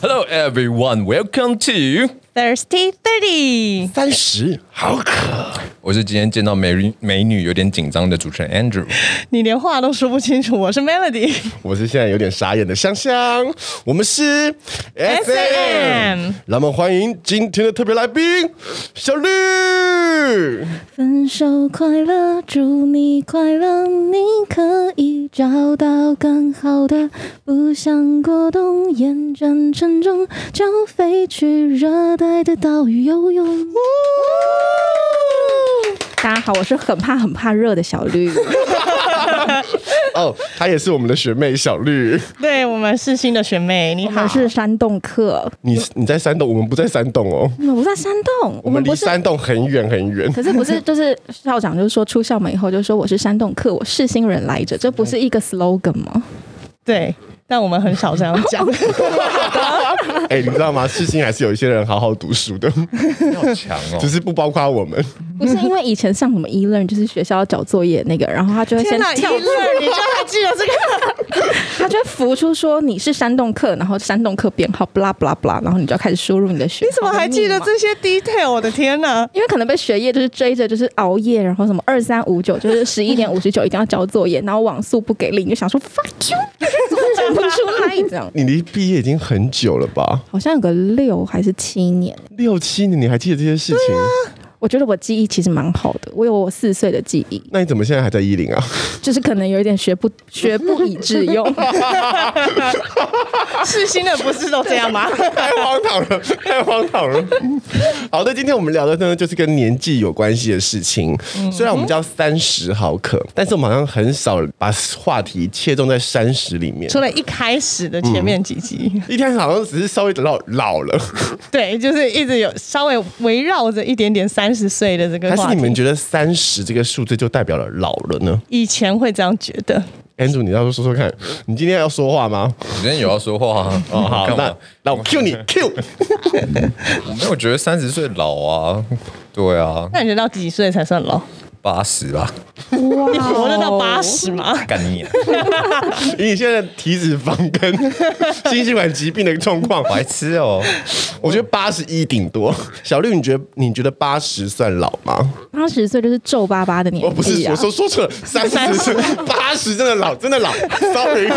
Hello everyone, welcome to Thirsty Thirty，三十好渴。我是今天见到美女美女有点紧张的主持人 Andrew。你连话都说不清楚。我是 Melody 我是现在有点傻眼的香香，我们是 S S&M 让我们欢迎今天的特别来宾小绿。分手快乐，祝你快乐，你可以找到更好的。不想过冬，厌战沉重，就飞去热带的岛屿游泳。大家好，我是很怕很怕热的小绿。哦，她也是我们的学妹小绿。 对我们是新的学妹，你我好，们是山洞客，你你在山洞，我们不在山洞哦，我们不在山洞，我们离不是。山洞很远很远。 可是不是就是校长就是说出校门以后就说我是山洞客，我是新人来着，这不是一个 slogan 吗？对，但我们很少这样 讲。哎、你知道吗？世新还是有一些人好好读书的，好强哦 只！是不包括我们。不是因为以前上什么一论就是学校要交作业那个，然后他就会先天哪，一跳乐，，你居然还记得 这个？ 他就会浮出说你是山洞客，然后山洞客编号 blah blah blah，然后你就要开始输入你的学。你怎么还记得？这些 detail？我的天 哪！因为可能被学业就是追着，就是熬夜，然后什么二三五九，就是 十一点五十九一定要交作业，然后网速不给力，你就想说 fuck you，怎么讲不出来这样？你离毕业已经很久了吧？好像有个六还是七年，六七年，你还记得这些事情？我觉得我记忆其实蛮好的，我有我四岁的记忆，那你怎么现在还在一零啊？就是可能有一点学不学不以致用。是新的不是都这样吗？太荒唐了，太荒唐了。好的，今天我们聊的呢，就是跟年纪有关系的事情。虽然我们叫三十好渴，但是我们好像很少把话题切中在三十里面。 除了一开始的前面几集，一天好像只是稍微等到老了，对，就是一直有稍微围绕着一点点三十岁的这个还话是题。你们觉得三十这个数字就代表了老了呢以前会这样觉得， ？Andrew，你要说说看，你今天要说话吗？我今天有要说话啊？哦，好，干嘛那那我 Q 你 Q。 我没有觉得三十岁老啊。对啊，那你觉得到几岁才算老？八十吧，你活得到八十吗？ 干 你、啊！以你现在的体脂肪跟心血管疾病的状 况，白痴哦！ 我觉得八十一顶多。小绿，你觉得你觉得八十算老吗？八十岁就是皱巴巴的年纪、我、啊哦不是，我说说错了，三十 八十真的老，真的老，sorry。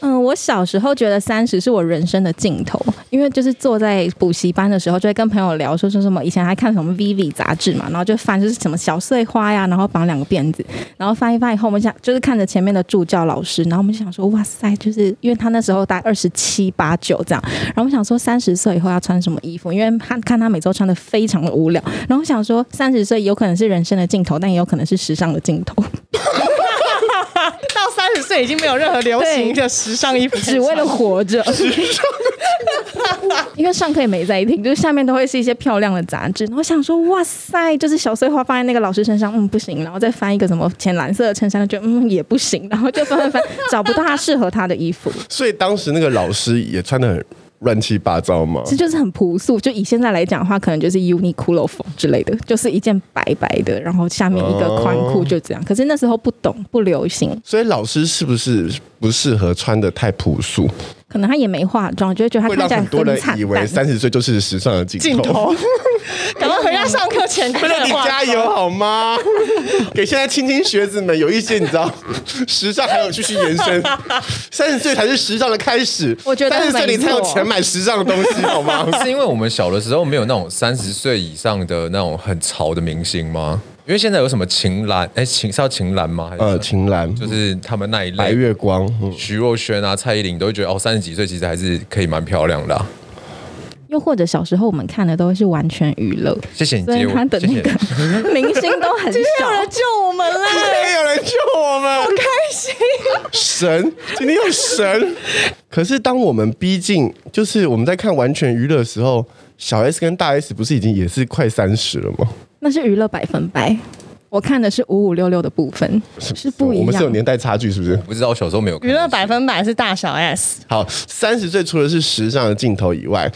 嗯，我小时候觉得三十是我人生的尽头，因为就是坐在补习班的时候，就会跟朋友聊说说什么以前还看什么 Vivi 杂志嘛，然后就翻就是什么小碎花呀，然后绑两个辫子，然后翻一翻以后，我们想就是看着前面的助教老师，然后我们就想说哇塞，就是因为他那时候大概二十七八九这样，然后我们想说三十岁以后要穿什么衣服，因为他看他每周穿的非常的无聊，然后我想说三十岁有可能是人生的尽头，但也有可能是时尚的尽头，到三十岁已经没有任何流行的时尚衣服， 只为了活 着。因为上课也没在听，就是下面都会是一些漂亮的杂志。然后想说，哇塞，就是小碎花放在那个老师身上，嗯，不行。然后再翻一个什么浅蓝色的衬衫，就觉得嗯也不行。然后就翻翻翻，找不到他适合他的衣服。所以当时那个老师也穿的很乱七八糟嘛其。实就是很朴素，就以现在来讲的话，可能就是 Uniqlo 风之类的，就是一件白白的，然后下面一个宽裤就这样。可是那时候不懂，不流行，所以老师是不是不适合穿的太朴素，可能他也没化妆，就会觉得他会让看起来很多人惨以为淡。三十岁就是时尚的尽镜头？头。赶快回家上课前快那点你画加油好 吗？给现在青青学子们有一些你知道，时尚还有继续延 伸，三十岁才是时尚的开始。我觉得三十岁没你才有错钱买时尚的东西，好吗？是因为我们小的时候没有那种三十岁以上的那种很潮的明星吗？因为现在有什么秦岚？哎、秦是要秦岚吗？还是什么 呃，秦岚、就是他们那一类白月光，嗯徐若瑄啊、蔡依林都会觉得哦，三十几岁其实还是可以蛮漂亮的啊、又或者小时候我们看的都是完全娱乐，谢谢你所以接我他，的谢那谢个你。明星都很有少人。救我们 啦！没有人救我们，好开心！神，今天有 神。可是当我们逼近，就是我们在看完全娱乐的时候，小 S 跟大 S 不是已经也是快三十了吗？那是娱乐百分百，我看的是五五六六的部分，是不一我们是有样。年代差距，是不是？不知道我小时候没有看娱乐百分百是大小 S，好，三十岁除了是时尚的尽头以外，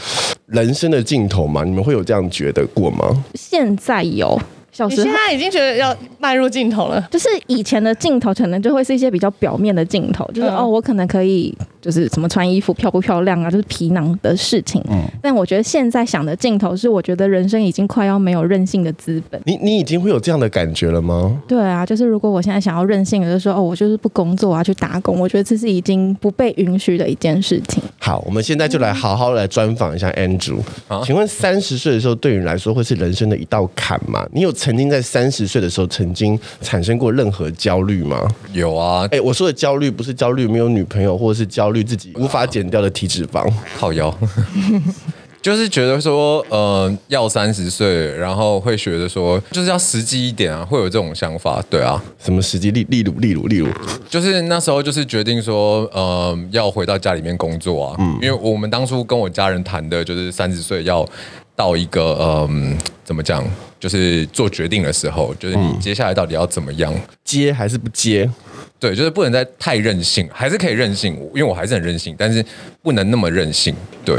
人生的尽头嘛，你们会有这样觉得过吗？现在有，小你时现候在已经觉得要迈入镜头了。就是以前的镜头，可能就会是一些比较表面的镜头，就是、嗯哦，我可能可以就是什么穿衣服漂不漂亮啊，就是皮囊的事情。但我觉得现在想的尽头是，我觉得人生已经快要没有任性的资本。你你已经会有这样的感觉了吗？对啊，就是如果我现在想要任性，我就说哦，我就是不工作，我要去打工。我觉得这是已经不被允许的一件事情。好，我们现在就来好好来专访一下 Andrew。请问三十岁的时候，对你来说会是人生的一道坎吗？你有曾经在三十岁的时候曾经产生过任何焦虑吗？有啊，哎、我说的焦虑不是焦虑没有女朋友，或者是焦虑自己无法减掉的体脂肪。靠腰， 就是觉得说，呃，要三十岁，然后会觉得说，就是要实际一点啊，会有这种想法，对啊，什么时机？例例如例如例如，就是那时候就是决定说，呃，要回到家里面工作啊，因为我们当初跟我家人谈的就是三十岁要到一个，嗯、怎么讲，就是做决定的时候，就是你接下来到底要怎么样。接还是不接？对，就是不能再太任性，还是可以任性，因为我还是很任性，但是不能那么任性。对，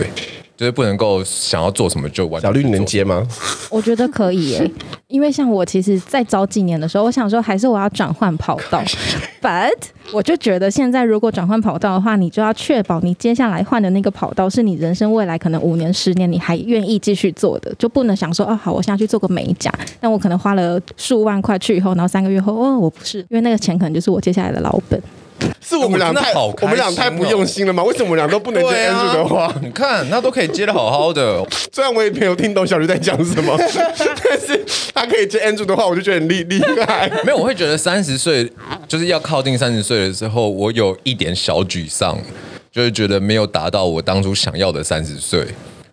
就是不能够想要做什么就完小全绿，去你能做接吗？我觉得可以耶、因为像我其实，在早几年的时候，我想说还是我要转换跑道，but 我就觉得现在如果转换跑道的话，你就要确保你接下来换的那个跑道是你人生未来可能五年、十年你还愿意继续做的，就不能想说哦好，我现在去做个美甲，但我可能花了数万块去以后，然后三个月后哦我不是，因为那个钱可能就是我接下来的老本。是我们俩我真的太好开我们俩太心哦不用心了吗？为什么我们俩都不能接对 Andrew 啊，的话？ 你看他都可以接的好好的，虽然我也没有听懂小绿在讲什么， 但是他可以接 Andrew 的话，我就觉得很厉厉害。没有，我会觉得三十岁就是要靠近三十岁的时候，我有一点小沮丧，就是觉得没有达到我当初想要的三十岁。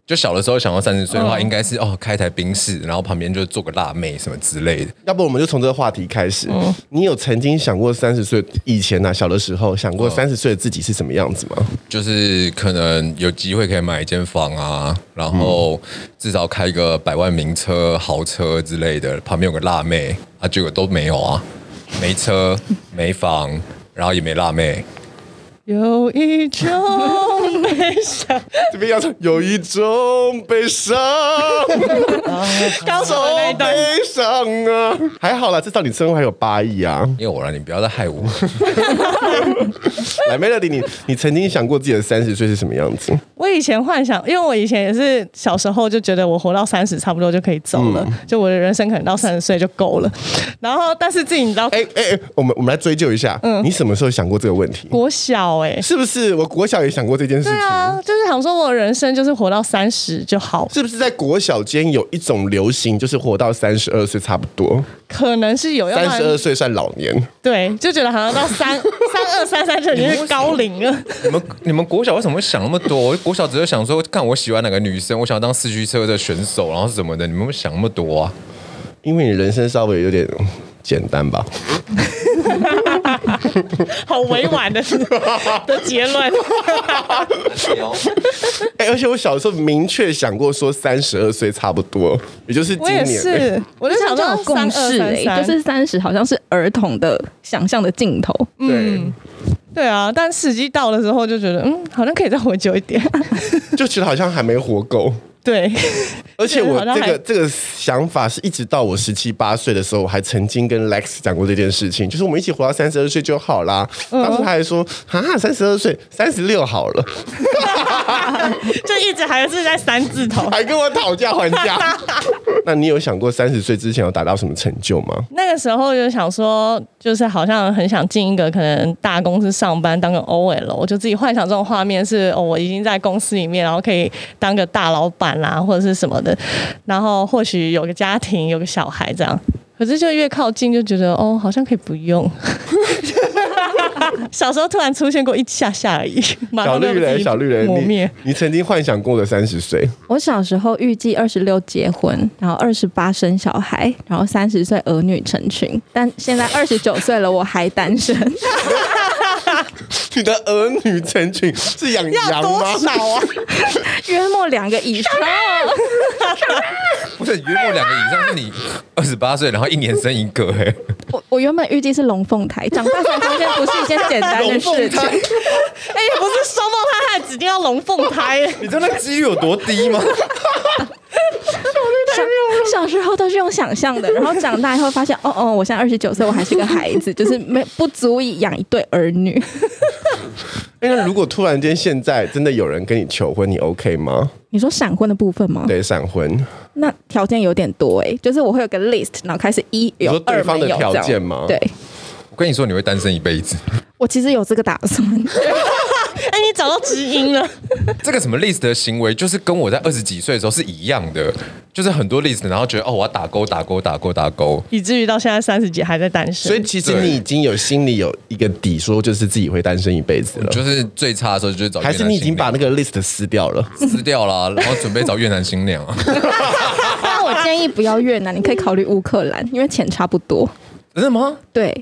就小的时候想要三十岁的话，应该是哦开台宾士，然后旁边就做个辣妹什么之类的。 要不我们就从这个话题开始。你有曾经想过三十岁以前啊，小的时候想过三十岁的自己是什么样子吗？就是可能有机会可以买一间房啊，然后至少开个百万名车、豪车之类的，旁边有个辣妹啊，结果都没有啊，没车、没房，然后也没辣妹。有一种悲伤， 这边要唱有一种悲伤，刚走说的那一段 悲伤啊， 还好啦，至少你身后还有八亿啊。因为我让你不要再害我。来，Melody，你你曾经想过自己的三十岁是什么样子？我以前幻想，因为我以前也是小时候就觉得我活到三十差不多就可以走了，嗯就我的人生可能到三十岁就够了。然后，但是自己你知道，哎哎哎，我们我们来追究一下，嗯你什么时候想过这个问题？国小哎、是不是我国小也想过这件事对情？啊，就是想说我的人生就是活到三十就好，是不是在国小间有一种流行，就是活到三十二岁差不多，可能是有，要不三十二然岁算老年？对，就觉得好像到 三三二三三就已经是高龄了。你们你们国小为什么会想那么多？我国小只是想说，看我喜欢哪个女生，我想当四驱车的选手，然后是什么的。你们会想那么多啊？因为你人生稍微有点简单吧？好委婉的的结 论。哎、而且我小时候明确想过说三十二岁差不多，也就是今我也年。 是，我就想这到种共识、哎、哎，就是三十好像是儿童的想象的尽头。对，对啊。但时机到的时候就觉得，嗯，好像可以再活久一点。就觉得好像还没活够。对， 而且我好像这个还这个想法是一直到我十七八岁的时候，我还曾经跟 Lex 讲过这件事情，就是我们一起活到三十二岁就好啦。嗯当时他还说啊，三十二岁，三十六好 了，就一直还是在三字头。还跟我讨价 还价。那你有想过三十岁之前要达到什么成就吗？那个时候就想说，就是好像很想进一个可能大公司上班，当个 OL，我就自己幻想这种画面是，哦，我已经在公司里面，然后可以当个大老板啦、或者是什么的，然后或许有个家庭，有个小孩这样。 可是就越靠近就觉得，哦，好像可以不用。小时候突然出现过一下下而已， 马小上就被绿自人，己小绿人，磨你灭。你曾经幻想过的三十岁，我小时候预计二十六结婚，然后二十八生小孩，然后三十岁儿女成群。但现在二十九岁了，我还单身。 你的儿 女成群是养 羊吗？ 啊？约莫两个以上，不是，约莫两个以上是你二十八岁，然后一年生一个、哎，我我原本预计是龙凤胎，长大才发现不是一件简单的事情。哎、不是双胞胎，还指定要龙凤胎 耶。你知道那几率有多低吗？小小时候都是用想 象的，然后长大以后发现，哦哦，我现在二十九岁，我还是个孩子，就是没不足以养一对儿女。哎，那如果突然间现在真的有人跟你求婚，你 OK 吗？ 你说闪婚的部分吗？，对，闪婚，那条件有点多哎、就是我会有个 list，然后开始一你有说二对方没的有条这样件吗？对，我跟你说，你会单身一辈子。我其实有这个打算， 哎，你找到知音了，这个什么 list 的行为，就是跟我在二十几岁的时候是一样的，就是很多 list，然后觉得哦，我要打勾打勾打勾打勾。以至于到现在三十几还在单身。所以其实对你已经有心里有一个底，说就是自己会单身一辈子了，就是最差的时候就是找越还南新是娘，你已经把那个 list 撕掉了？撕掉了啊，然后准备找越南新娘啊？但我建议不要越南，你可以考虑乌克兰，因为钱差不多。真的吗？ 对，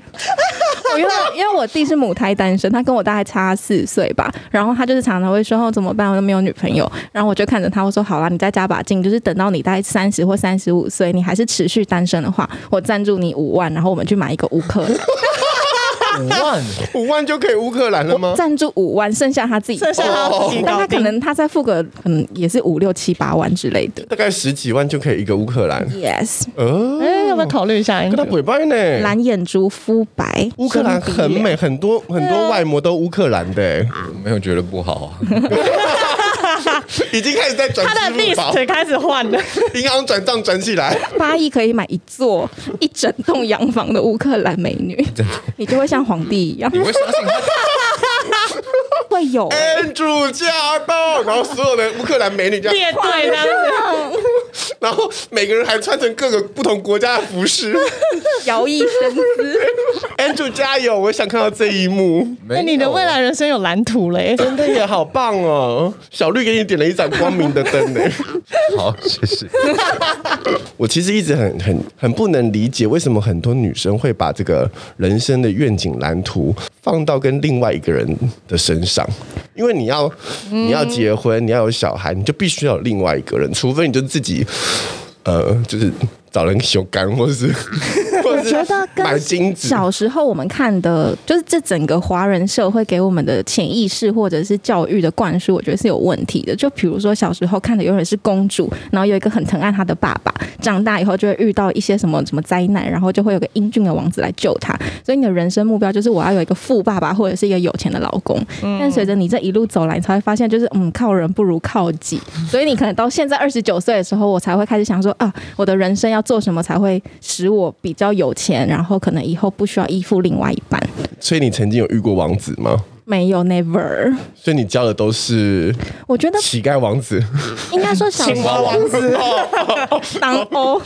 我因为因为我弟是母胎单身，他跟我大概差四岁吧，然后他就是常常会说哦怎么办，我都没有女朋友，然后我就看着他，我说好啦，你再加把劲，就是等到你大概三十或三十五岁，你还是持续单身的话，我赞助你五万，然后我们去买一个乌克兰，五万，五万就可以乌克兰了吗？赞助五万，剩下他自己剩下他要自己但搞他可定。能他再付个可能也是五六七八万之类的。 大概十几万就可以一个乌克兰， Yes，呃，哎，要不要考虑一下？跟他不拜呢。蓝眼珠肤白，乌克兰很美，很多很多外模都乌克兰的、欸，没有觉得不好啊。 已经开始在转他的支付宝， list 开始换了，银行转账转起来。 八亿可以买一座一整栋洋房的乌克兰美女，你就会像皇帝一样你，会相信他？会有、欸。 Andrew 驾到，然后所有的乌克兰美女这样，列队这样子。 然后每个人还穿成各个不同国家的 服饰。摇曳生姿， Andrew 加油，我想看到这一幕，没有哎、啊你的未来人生有蓝图欸嘞、真的也好棒哦！小绿给你点了一盏光明的灯呢。欸好，谢谢。 我其实一直很很很不能理解，为什么很多女生会把这个人生的愿景蓝图放到跟另外一个人的身上，因为你要你要结婚，你要有小孩，你就必须要有另外一个人，除非你就自己，呃，就是找人修干，或是 或我是觉得买跟金子。小时候我们看的，就是这整个华人社会给我们的潜意识或者是教育的灌输，我觉得是有问题的。就比如说小时候看的永远是公主，然后有一个很疼爱她的爸爸，长大以后就会遇到一些什么什么灾难，然后就会有个英俊的王子来救她。所以你的人生目标就是我要有一个富爸爸或者是一个有钱的老公。但随着你这一路走来，你才会发现，就是嗯，靠人不如靠己。所以你可能到现在二十九岁的时候，我才会开始想说啊，我的人生要做什么才会使我比较有钱，然后可能以后不需要依附另外一半。所以你曾经有遇过王子吗？没有，never。所以你交的都是我觉得乞丐王子，应该说小时候王子。 当欧，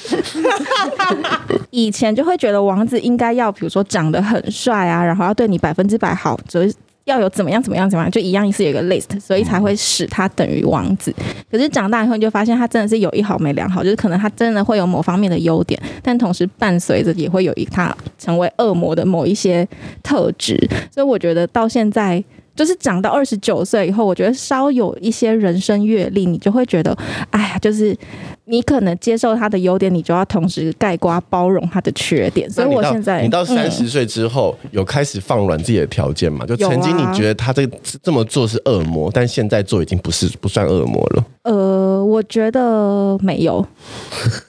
以前就会觉得王子应该要，比如说长得很帅啊，然后要对你百分之百好，就是要有怎么样怎么样怎么样，就一样是有一个 list，所以才会使他等于王子。可是长大以后，你就发现他真的是有一好没两好，就是可能他真的会有某方面的优点，但同时伴随着也会有一他成为恶魔的某一些特质。所以我觉得到现在。就是长到二十九岁以后，我觉得稍有一些人生阅历，你就会觉得，哎呀，就是你可能接受他的优点，你就要同时盖瓜包容他的缺点。所以我现在你到三、嗯十岁之后，有开始放软自己的条件嘛？就有啊曾经你觉得他这个这么做是恶魔，但现在做已经不是不算恶魔了， 呃，我觉得没有，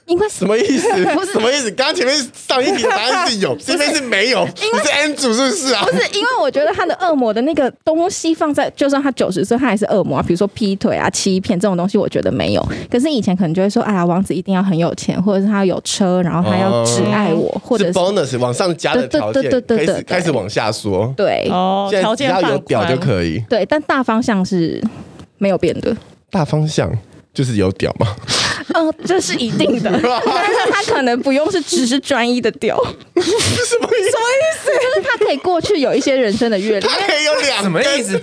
因为什么意思？不是什么意思？刚刚前面上一题的答案是 有，这边是没有，你是 N 组是不是啊不？是因为我觉得他的恶魔的那个东西放在，就算他九十岁，他还是恶魔啊。比如说劈腿啊、欺骗这种东西，我觉得没有。可是以前可能就会说，哎呀，王子一定要很有钱，或者是他有车，然后他要挚爱我，或者是是 bonus 往上加的条件，对对对开对对对始对开始往下说，对哦，现条在只件要放有屌就以。可以，对，但大方向是没有变的。大方向就是有屌嘛。 嗯、这是一定的，但是他可能不用是只是专一的屌，什么意思？就是他可以过去有一些人生的阅历。他可以有两什么意根思？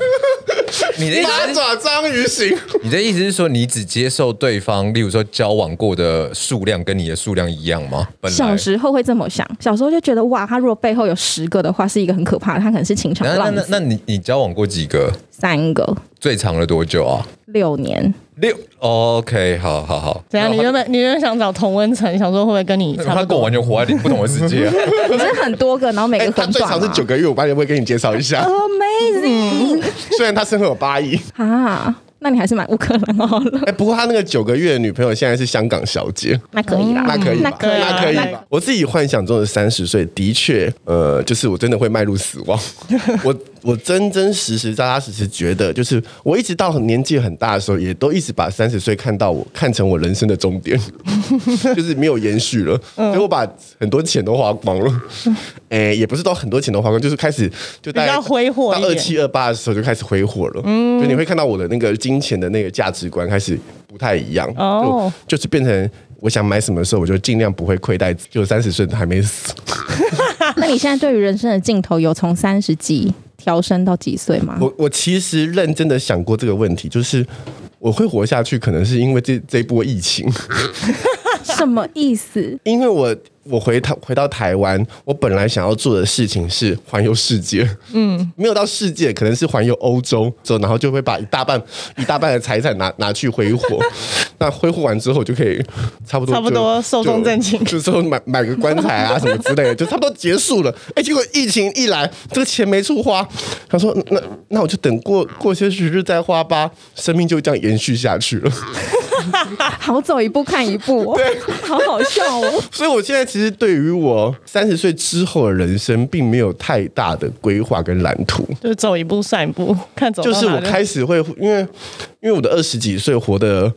你的意八思是，爪章鱼型。你的意思是说，你只接受对方，例如说交往过的数量跟你的数量一样吗？本来小时候会这么想，小时候就觉得哇，他如果背后有十个的话，是一个很可怕的，他可能是情场那那浪那子。那你你交往过几个？三个最长了多久啊？六年，六？OK，好哦好好。怎样？你原本你原本想找童文成，想说会不会跟你 差他不跟我多？完全活在不同的世界、 啊。可是很多个，然后每哎、个他很最短、啊长是 九个月，我八年会跟你介绍一下。 Amazing 虽然他身后有八亿，啊！那你还是买乌克兰好了， 哎、不过他那个九个月的女朋友现在是香港小姐，那可嗯以啦，那可以吧，那可以那可以吧。我自己幻想中的三十岁，的确，呃，就是我真的会迈入死亡。我我真真实实、扎扎实实觉得，就是我一直到年纪很大的时候，也都一直把三十岁看到我看成我人生的终点，就是没有延续了。所以我把很多钱都花光了，哎、也不是都很多钱都花光，就是开始就大比概较挥霍一到点二七二八的时候就开始挥霍了。嗯，就你会看到我的那个金钱的那个价值观开始不太一样。哦哦，就是变成我想买什么的时候，我就尽量不会亏待自己。就三十岁还没死，那你现在对于人生的尽头有从三十几调升到几岁吗？ 我我其实认真的想过这个问题，就是我会活下去，可能是因为这这一波疫情，什么意思？因为我。我回台回到台湾，我本来想要做的事情是环游世界，嗯，没有到世界，可能是环游欧洲之后，然后就会把一大半一大半的财产拿拿去 挥霍，那挥霍完之后就可以差不多差不就多寿终就正寝就说买买个棺材啊什么之类的，就差不多结束了。哎、结果疫情一来，这个钱没处花，他说那那我就等过过些时日再花吧，生命就这样延续下去了。好走一步看一步、 哦，好好笑 哦。 所以我现在其实对于我三十岁之后的人生，并没有太大的规划跟蓝图。就是走一步算一步， 看走到就是哪我开始会，因为因为我的二十几岁活的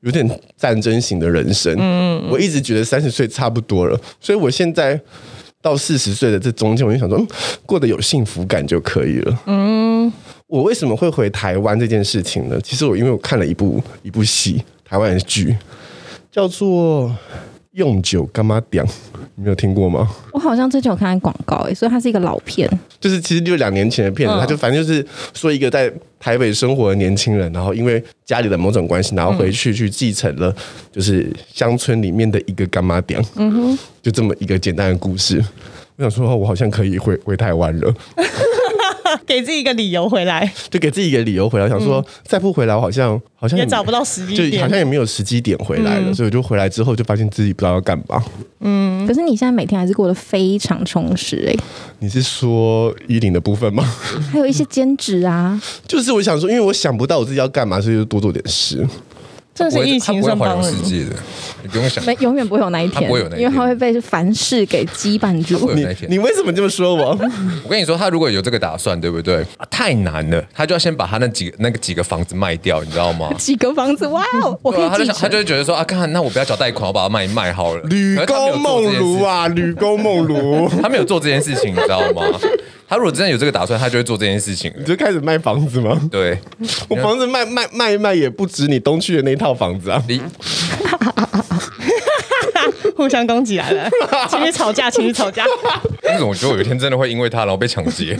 有点战争型的人生，嗯，我一直觉得三十岁差不多了，所以我现在到四十岁的这中间，我就想说，嗯过得有幸福感就可以了。嗯，我为什么会回台湾这件事情呢？其实我因为我看了一部一部戏，台湾的剧，叫做《用酒干嘛屌》，你没有听过吗？我好像之前有看广告诶、所以它是一个老片，就是其实就两年前的片子，嗯他就反正就是说一个在台北生活的年轻人，然后因为家里的某种关系，然后回去去继承了就是乡村里面的一个干妈店，嗯哼，就这么一个简单的故事。我想说，哦我好像可以回回台湾了，给自己一个理由回来，就给自己一个理由回来。我想说，再不回来，我好像好像嗯也找不到时嗯机就好像点。也没有时机点回来了，所以我就回来之后就发现自己不知道要干嘛。可是你现在每天还是过得非常充实诶、你是说衣领的部分吗？ 还有一些兼职啊，就是我想说，因为我想不到我自己要干嘛，所以就多做点事。这不是会疫他情不会上环帮游世人，界的，你不用想没。永远不会有那一它天，不会有那一天因为它会被凡事给羁绊不住？会。有那一你天你为什么这么 说我？我跟你说，他如果有这个打算，对不对？啊太难了，他就要先把他那几个那个几个房子卖掉，你知道吗几个房子，哇哦， 我可对啊，他以就继想，他承就。会觉得说啊，看，那我不要缴贷款，我把它卖一卖好了。吕可是他没有做这公梦件事如啊，吕公梦如， 他没有做这件事情，你知道吗？他如果真的有这个打算，他就会做这件事情了你。就开始卖房子吗？对，我房子卖卖卖一卖也不止你东区的那一套房子 啊。你 互相攻击来了， 情侣吵架，情侣吵架，那种，我觉得我有一天真的会因为他然后被抢劫，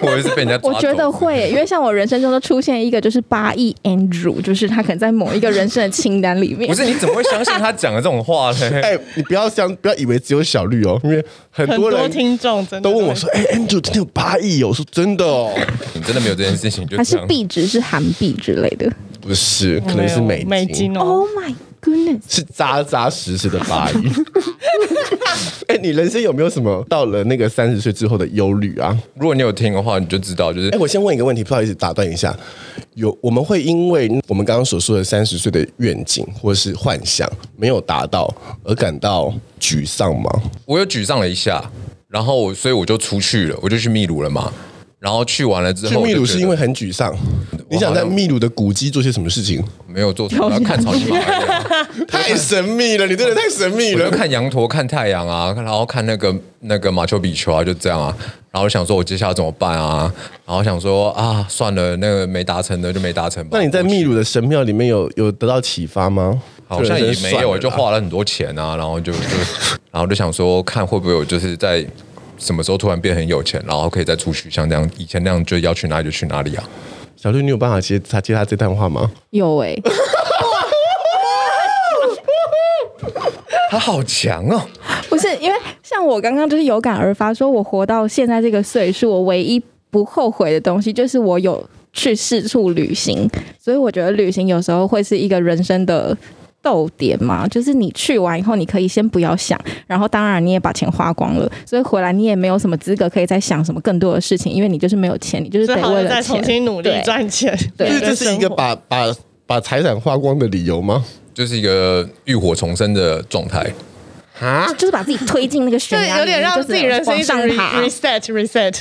或者是被人家抓我走。觉得会耶，因为像我人生中都出现一个就是八亿 Andrew，就是他可能在某一个人生的清单里面不。是，你怎么会相信他讲的这种话 呢？哎、你不要相，不要以为只有小绿哦，因为很很多多人听众真的都问我会说：“哎、a n d r e w 真的有八亿哦？”我说：“真的 哦，你真的没有这件事情，就还这是样。币值是韩币之类的不是，可能是没有美金，金哦， ？Oh my goodness！是扎扎实实的八亿。 哎、你人生有没有什么到了那个三十岁之后的忧虑啊？如果你有听的话，你就知道，就是哎、我先问一个问题，不好意思打断一下。有我们会因为我们刚刚所说的三十岁的愿景或是幻想没有达到而感到沮丧吗？我又沮丧了一下，然后我所以我就出去了，我就去秘鲁了嘛。然后去完了之后，去秘鲁我就觉得是因为很沮丧，你想在秘鲁的古迹做些什么事 情？没有做什么，看草泥 马而已啊，太神秘了，你真的太神 秘我就了。看羊驼、看太阳啊，然后看那个那个马丘比丘啊，就这样啊。然后想说，我接下来怎么办啊？然后想说啊，算了，那个没达成的就没达成吧。那你在秘鲁的神庙里面有有得到启发吗？好像也没有，就画。花了很多钱啊，然后就就，然后就想说，看会不会有就是在什么时候突然变很有钱，然后可以再出去，像这样以前那样，就要去哪里就去哪里啊。小绿，你有办法接他接他这段话吗？有哎、他好强哦！不是因为像我刚刚就是有感而发，说我活到现在这个岁数，我唯一不后悔的东西就是我有去四处旅行，所以我觉得旅行有时候会是一个人生的。逗点嘛，就是你去完以后，你可以先不要想，然后当然你也把钱花光了，所以回来你也没有什么资格可以再想什么更多的事情，因为你就是没有钱，你就是所得以好为像了再重钱。新努力对赚钱。对就是这是一个把把把财产花光的理由吗？就是一个浴火重生的状态。啊，就是把自己推进那就个悬崖里，有点让就是自己人生一直往上 re- 爬。reset reset，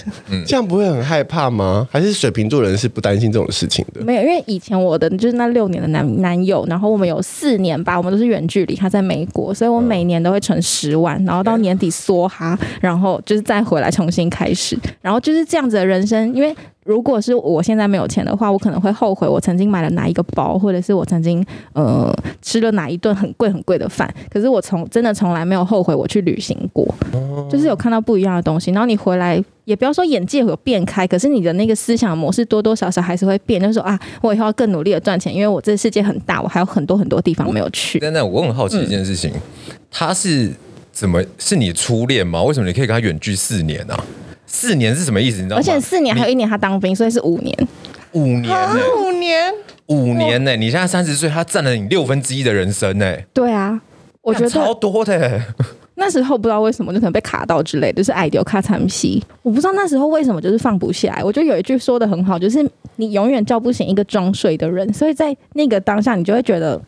这样不会很害怕吗？还是水瓶座人是不担心这种事情的？没有，因为以前我的就是那六年的男男友，然后我们有四年吧，我们都是远距离，他在美国，所以我每年都会存十万，然后到年底梭哈，然后就是再回来重新开始，然后就是这样子的人生。因为如果是我现在没有钱的话，我可能会后悔我曾经买了哪一个包，或者是我曾经呃吃了哪一顿很贵很贵的饭。可是我从真的从来没有后悔我去旅行过，就是有看到不一样的东西，然后你回来。也不要说眼界有变开，可是你的那个思想模式多多少少还是会变。就是说啊，我以后要更努力的赚钱，因为我这世界很大，我还有很多很多地方没有去。但那我很好奇一件事情，他是怎么是你初恋吗？为什么你可以跟他远距四年啊？四年是什么意思？你知道吗？而且啊四年还有一年他当兵，所以是五年。你五年呢、 五年五年呢、你现在三十岁，他占了你六分之一的人生呢、对啊，我觉超得多的、欸那时候不知道为什么就可能被卡到之类，就是爱丢卡惨西。我不知道那时候为什么就是放不下来。我觉得有一句说的很好，就是你永远叫不醒一个装睡的人，所以在那个当下，你就会觉得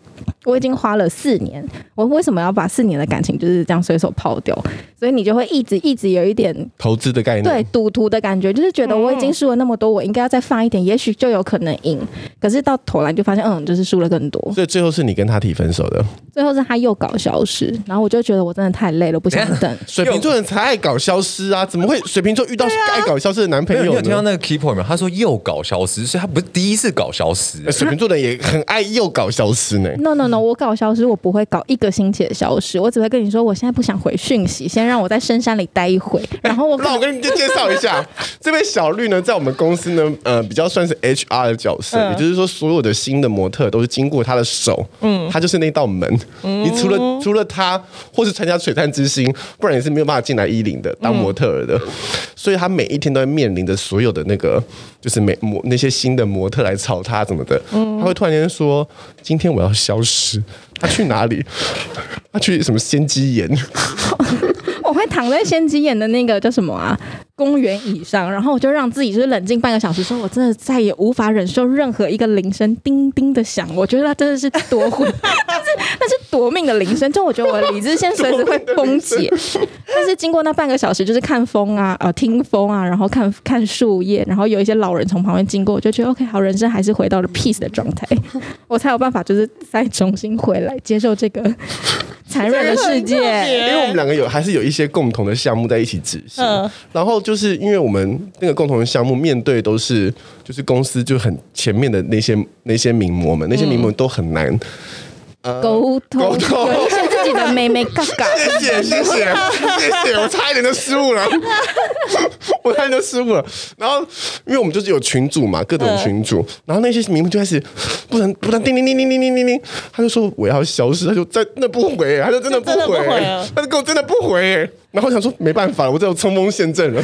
我已经花了四年，我为什么要把四年的感情就是这样随手抛掉？所以你就会一直一直有一点投资的概念，对，赌徒的感觉，就是觉得我已经输了那么多，我应该要再放一点，也许就有可能赢。可是到头来就发现，嗯，就是输了更多。所以最后是你跟他提分手的。最后是他又搞消失，然后我就觉得我真的太累了，不想等。水瓶座人才爱搞消失啊，怎么会水瓶座遇到爱搞消失的男朋没有，你友有听到那呢？个 key point 吗？他说又搞消失，所以他不是第一次搞消失、呃水瓶座人也很爱又搞消失呢。 No no no，我搞消失，我不会搞一个星期的消失，我只会跟你说，我现在不想回讯息，先让我在深山里待一会，然后我可那我能跟你介绍一 下，这位小绿呢，在我们公司呢，呃，比较算是 HR 的角色，嗯也就是说，所有的新的模特都是经过他的手，嗯，他就是那道门。嗯你除了除了他，或是参加璀璨之星，不然你是没有办法进来一零的嗯当模特儿的。所以他每一天都会面临着所有的那个，就是每模那些新的模特来吵他怎么的，嗯他会突然间说：“今天我要消失。”他去哪里？他去什么仙鸡岩？我会躺在仙鸡眼的那个叫什么啊？公园椅上，然后我就让自己就是冷静半个小时，说我真的再也无法忍受任何一个铃声叮叮的响，我觉得它真的是夺 魂，就是那是夺命的铃声，就我觉得我的理智线随时会崩解。但是经过那半个小时，就是看风啊，呃，听风啊，然后看看树叶，然后有一些老人从旁边经过，我就觉得 OK，好，人生还是回到了 peace 的状态，我才有办法就是再重新回来接受这个残忍的世界。因为我们两个有还是有一些共同的项目在一起执行，嗯然后就是因为我们那个共同的项目面对都是就是公司就很前面的那些那些名模们，那些名模都很难。沟通，沟通有一些自己的妹妹嘎嘎。谢谢谢谢谢谢，我差一点就失误了， 我差一点就失误了。然后因为我们就是有群主嘛，各嗯种群主，然后那些名模就开始不能不能叮叮叮叮叮叮叮叮，他就说我要消失，他就真的不回，他就真的不真的不回回啊了，他就跟我真的不回。然后我想说没办法了，我只有冲锋陷阵了。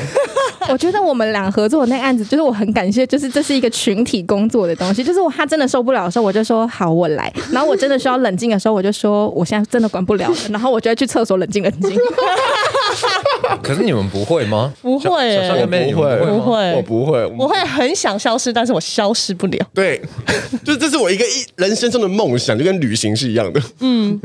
我觉得我们俩合作的那个案子，就是我很感谢，就是这是一个群体工作的东西。就是我他真的受不了的时候，我就说好，我来。然后我真的需要冷静的时候，我就说我现在真的管不了了。然后我就会去厕所冷静冷静。 可是你们不会吗？不会小小象欸跟妹你们我吗不会我不会，我会很想消失，但是我消失不了。对，就这是我一个一人生中的梦想，就跟旅行是一样的。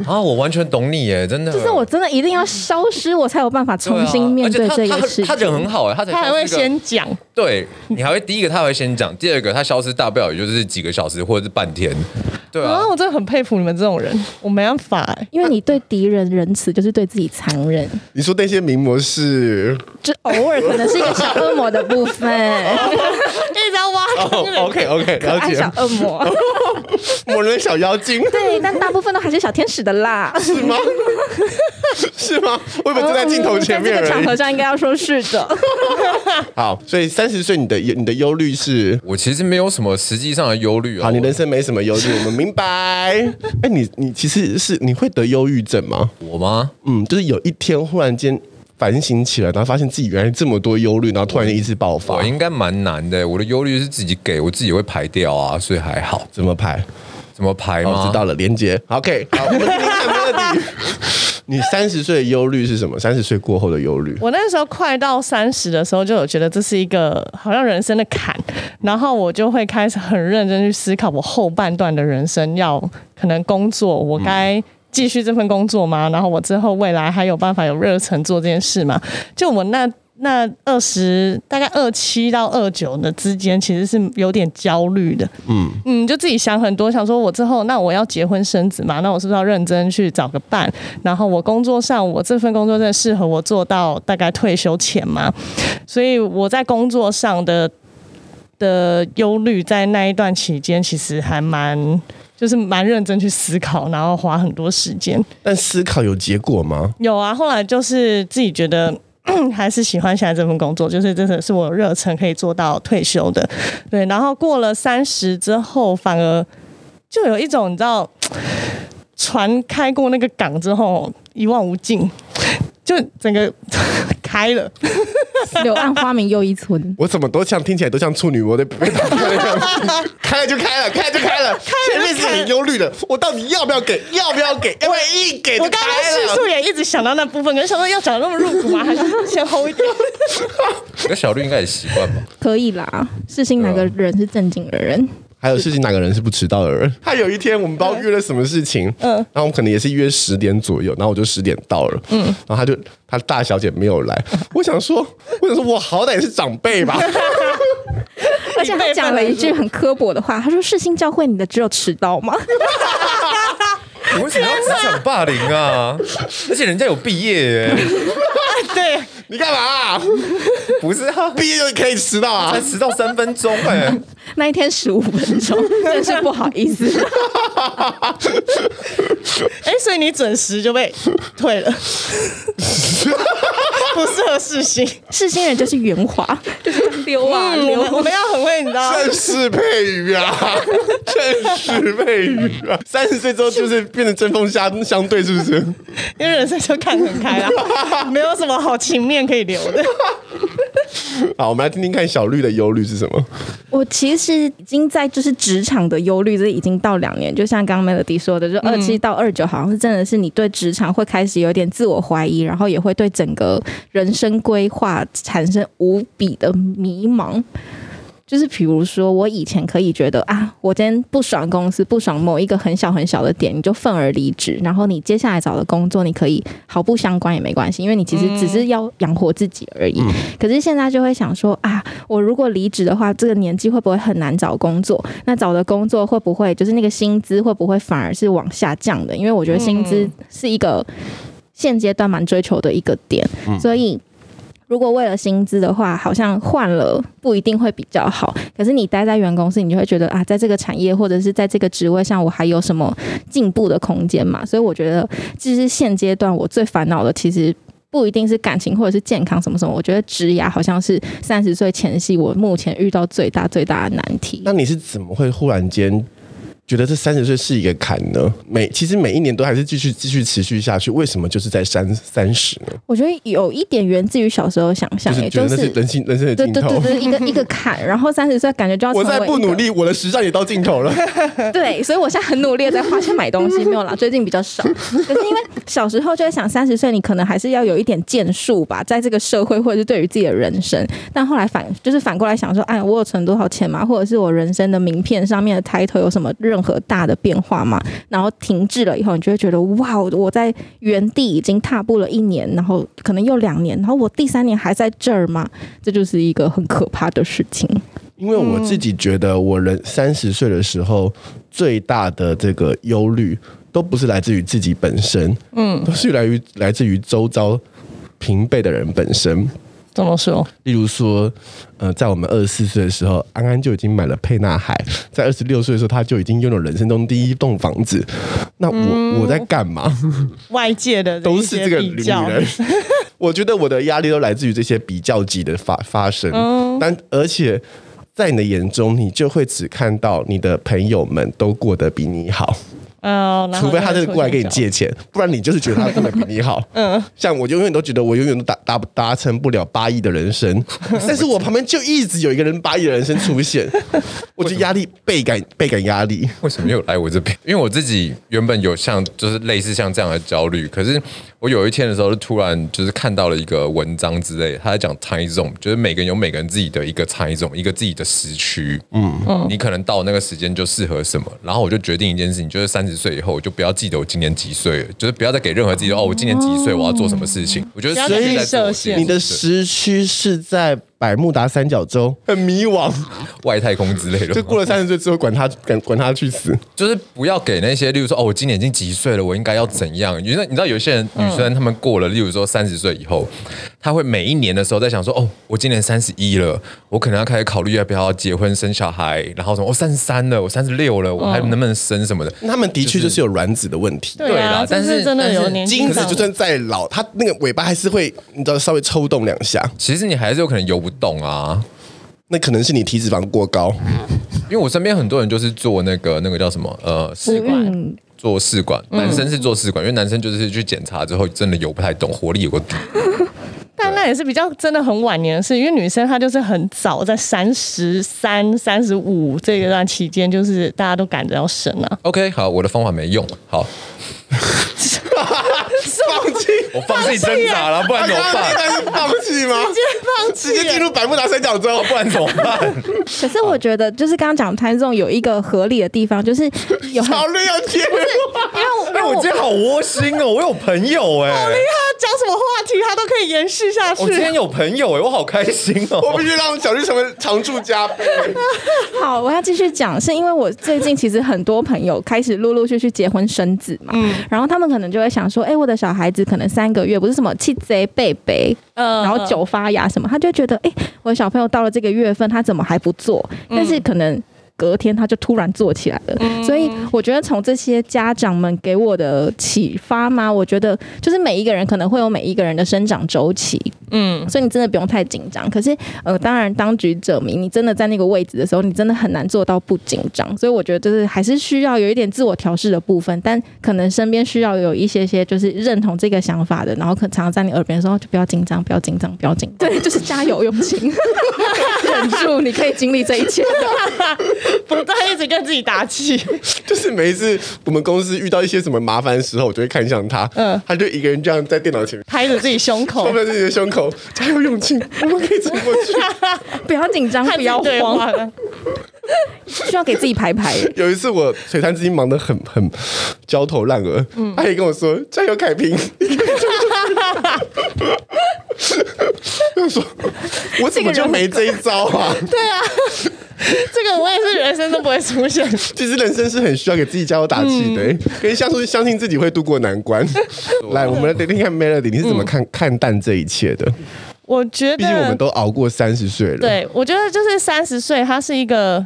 啊，我完全懂你耶，真的。就是我真的一定要消失，我才有办法重新面对这而个且事他他他情。人很好哎，他才他还会消失个先讲，对你还会第一个他会先讲，第二个他消失大不了也就是几个小时或者是半天，对啊啊，，我真的很佩服你们这种人，我没办法哎、 因为你对敌人仁慈，就是对自己残忍，你说那些名模是就偶哦尔可能是一个小恶魔的部分，一直要挖哦坑人。 ，OK OK，可了爱解 小了，恶魔。某人小妖精对，但大部分都还是小天使的啦。是 吗？是吗？我以为正在镜头前面哦在这而个场合已。上应该要说是的。好，所以三十岁你的你的忧虑是。我其实没有什么实际上的忧虑啊。好，你我人生没什么忧虑，我们明白。哎、你你其实是你会得忧郁症吗？我吗？嗯，就是有一天忽然间反省起来，然后发现自己原来这么多忧虑，然后突然间一次爆发我，应该蛮难的，我的忧虑是自己给我自己会排掉啊，所以还好。怎么排？怎么排吗？哦我知道了，连接。OK，好，我们听听看 Melody。你 三十岁的忧虑是什么？三十岁过后的忧虑，我那时候快到三十的时候，就有觉得这是一个好像人生的坎，然后我就会开始很认真去思考我后半段的人生要可能工作，我该继续这份工作吗？然后我之后未来还有办法有热忱做这件事吗？就我那。那二十大概二七到二九的之间，其实是有点焦虑的。嗯嗯，就自己想很多，想说我之后那我要结婚生子嘛，那我是不是要认真去找个伴？然后我工作上，我这份工作真的适合我做到大概退休前吗？所以我在工作上的的忧虑，在那一段期间，其实还蛮就是蛮认真去思考，然后花很多时间。但思考有结果吗？。有啊，后来就是自己觉得。 还是喜欢现在这份工作，就是真的是我有热忱可以做到退休的，对。然后过了三十之后，反而就有一种你知道，船开过那个港之后一望无尽，就整个 开了。 柳暗花明又一村我怎么都像听起来都像处女膜 的被打破的样子，开了就开了，开了就开了，前面是很忧虑的，我到底要不要给？要不要给？要不要一给我就刚开刚叙了述？也一直想到那部分，可是想说要讲得那么入骨吗？还是先 hold 一 点？啊那小绿应该也习惯吧？可以啦，世新哪个人是正经的人？还有事情，哪个人是不迟到的人？他有一天我们不知道约了什么事情，嗯，然后我们可能也是约十点左右，然后我就十点到了，嗯，然后他就他大小姐没有来，我想说，我想说我好歹也是长辈吧，而且他讲了一句很刻薄的话，他说：“世新教会你的只有迟到吗？” 你为什么要职场霸凌啊？而且人家有毕业耶，对，你干嘛啊、 不是啊，毕业就可以迟到啊才？迟到三分钟哎、那一天十五分钟，真是不好意思。 哎、所以你准时就被退 了，不适合试新。世新人就是圆滑，就是这样溜啊嗯，我溜们。我们要很会，你知道。 正式配语 啊，正式配语啊！三十岁之后就是变成针锋相相对，是不 是？因为人生就看很开啊，没有什么好情面可以留的。好，我们来听听看小绿的忧虑是什么。我其实已经在就是职场的忧虑，这已经到两年，就像刚刚 Melody 说的，就二七到二九，好像是真的是你对职场会开始有点自我怀疑，然后也会对整个人生规划产生无比的迷茫。就是比如说，我以前可以觉得啊，我今天不爽公司，不爽某一个很小很小的点，你就愤而离职，然后你接下来找的工作，你可以毫不相关也没关系，因为你其实只是要养活自己而已。可是现在就会想说啊，我如果离职的话，这个年纪会不会很难找工作？那找的工作会不会就是那个薪资会不会反而是往下降的？因为我觉得薪资是一个现阶段蛮追求的一个点，所以。如果为了薪资的话，好像换了不一定会比较好。可是你待在原公司，你就会觉得啊，在这个产业或者是在这个职位上，我还有什么进步的空间嘛？所以我觉得，就是现阶段我最烦恼的，其实不一定是感情或者是健康什么什么。我觉得职涯好像是三十岁前夕我目前遇到最大最大的难题。那你是怎么会忽然间觉得这三十岁是一个坎呢？每其实每一年都还是继续继续持续下去，为什么就是在三三十呢？我觉得有一点源自于小时候想就象，是也觉就得那是是人生人生的对尽对对头。对，一个一个坎，然后三十岁感觉就要我再成为不一个努力，我的时尚也到尽头了。对，所以我现在很努力地在花钱买东西，没有啦，最近比较少。可是因为小时候就在想，三十岁你可能还是要有一点建树吧，在这个社会或者是对于自己的人生。但后来反就是反过来想说，哎，我有存多少钱吗？或者是我人生的名片上面的 title 有什么任何大的变化吗？然后停滞了以后，你就会觉得哇，我在原地已经踏步了一年，然后可能又两年，然后我第三年还在这儿吗？这就是一个很可怕的事情。因为我自己觉得，我人三十岁的时候，最大的这个忧虑都不是来自于自己本身，嗯，都是来于来自于周遭平辈的人本身。怎么说？例如说，呃，在我们二十四岁的时候，安安就已经买了沛纳海，在二十六岁的时候，他就已经拥有人生中第一栋房子。那我、我在干嘛？外界的都一是些这个女比较，人。 我觉得我的压力都来自于这些比较级的发发生，但而且在你的眼中，你就会只看到你的朋友们都过得比你好。嗯，然后 除非他真的过来跟你就会出现借钱，不然你就是觉得他真的比你好。 嗯，像我永远都觉得我永远都达达达成不了八亿的人 生，但是我旁边就一直有一个人八亿的人生出 现，我就压力倍感倍感压力。为什么又来我这边？ 因为我自己原本有像就是类似像这样的焦虑，可是我有一天的时候，就突然就是看到了一个文章之类，他在讲 time zone，就是每个人有每个人自己的一个 time zone，一个自己的时区。嗯嗯，你可能到那个时间就适合什么，然后我就决定一件事情，就是三十岁以后，我就不要记得我今年几岁了，就是不要再给任何自己说哦，我今年几岁，我要做什么事情。我觉得不要所给自以己在做设我自己限你的时区是在百慕达三角洲，很迷 惘，外太空之类的，就过了三十岁之后，管他管管他去死。就是不要给那些，例如说哦，我今年已经几岁了，我应该要怎样？你知道，你知道有些人女生她们过了，例如说三十岁以后，她会每一年的时候在想说，哦，我今年三十一了，我可能要开始考虑要不要结婚生小孩，然后什么，我哦三十三了，我三十六了，我还能不能生什么的？他们的确就是有卵子的问题，对啊啦，但这是真的但是有年纪精精子长就算再老，它那个尾巴还是会，你知道稍微抽动两下，其实你还是有可能游不动啊，那可能是你体脂肪过高。因为我身边很多人就是做那个那个叫什么呃试管。做试管，男生是做试管，因为男生就是去检查之后，真的游不太动，活力有个底。但那也是比较真的很晚年的事，因为女生她就是很早在三十三、三十五这一段期间，就是大家都赶着要生啊。 OK，好，我的方法没用，好，放弃，我放弃挣扎了，不然怎么 办？是放弃吗？放啊直接进入百慕达三角洲，不然怎么办？可是我觉得，就是刚刚讲 time zone 有一个合理的地方，就是有很好累啊！天，因为我因 为哎，我我今天好窝心哦，我有朋友哎，他讲什么话题，他都可以延续下去我。今天有朋友哎，我好开心我哦必。须让小绿成为常驻嘉宾。好，我要继续讲，是因为我最近其实很多朋友开始陆陆续续结婚生子嘛，然后他们可能就会想说，哎、我的小孩子可能三个月不是什么气贼贝贝，嗯然后久发芽什么，他就觉得，哎、我的小朋友到了这个月份，他怎么还不做？但是可能。隔天他就突然做起来了，所以我觉得从这些家长们给我的启发嘛，我觉得就是每一个人可能会有每一个人的生长周期，所以你真的不用太紧张。可是，呃，当然，当局者迷，你真的在那个位置的时候，你真的很难做到不紧张。所以，我觉得就是还是需要有一点自我调试的部分，但可能身边需要有一些些就是认同这个想法的，然后可常常在你耳边说，就不要紧张，不要紧张，不要紧张。对，就是加油，用心， 忍住，你可以经历这一切。嗯 不断一直跟自己打气。就是每一次我们公司遇到一些什么麻烦的时候，我就会看向他，嗯，哦他就一个人这样在电脑前面。拍着自己胸口放，在自己的胸口，加油勇气，我们可以撑过去。不要紧 张，不要看自己对慌，话了需要给自己排排。有一次我水潭之音忙得很很焦头烂额，嗯他也跟我说加油凯平， 你可以做得到我说我怎么就没这一招啊？ 对啊， 这个我也是人生都不会出现。 其实人生是很需要给自己加油打气的、嗯跟相信相信自己会度过难 关。来，我们来听听看 Melody，你是怎嗯么看、看淡这一切的？我觉毕竟我得们，都熬过三十岁了，，对我觉得就是三十岁，它是一个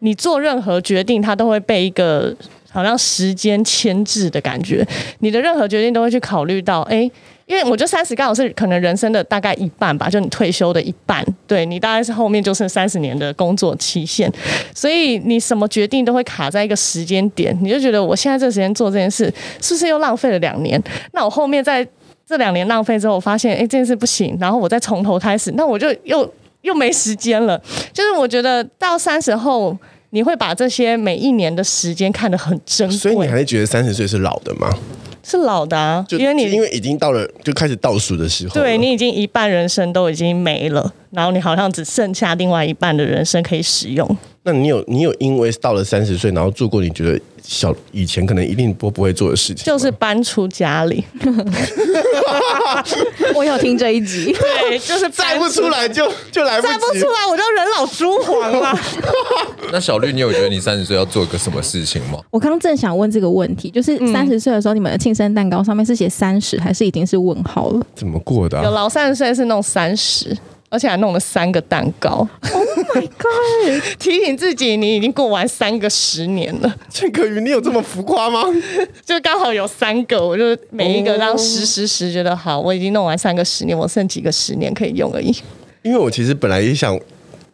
你做任何决定，它都会被一个好像时间牵制的感觉。你的任何决定都会去考虑到，哎、因为我觉得三十刚好是可能人生的大概一半吧，就你退休的一半，对你大概是后面就剩三十年的工作期限，所以你什么决定都会卡在一个时间点，你就觉得我现在这时间做这件事，是不是又浪费了两年？那我后面在这两年浪费之后，我发现哎、诶这件事不行，然后我再从头开始，那我就又又没时间了。就是我觉得到三十后，你会把这些每一年的时间看得很珍所以你还贵，是觉得三十岁是老的吗？是老的啊，就因为你因为已经到了就开始倒数的时候了，对你已经一半人生都已经没了，然后你好像只剩下另外一半的人生可以使用。那你有你有因为到了三十岁，然后做过你觉得小以前可能一定不不会做的事情吗，就是搬出家 里，我有听这一集，对，就是搬再不出，来就就来 不再不及出。来我就人老珠黄了。 那小绿，你有觉得你三十岁要做个什么事情吗？我刚刚正想问这个问题，就是三十岁的时候，你们的庆生蛋糕上面是写三十，还是已经是问号了？怎么过的、有啊？老三十岁是弄三十。而且还弄了三个蛋糕，Oh my god！提醒自己，你已经过完三个十年了， 陈可云，你有这么浮夸吗？就刚好有三个，我就每一个让十十十，觉得好，我已经弄完三个十年，我剩几个十年可以用而已。因为我其实本来也想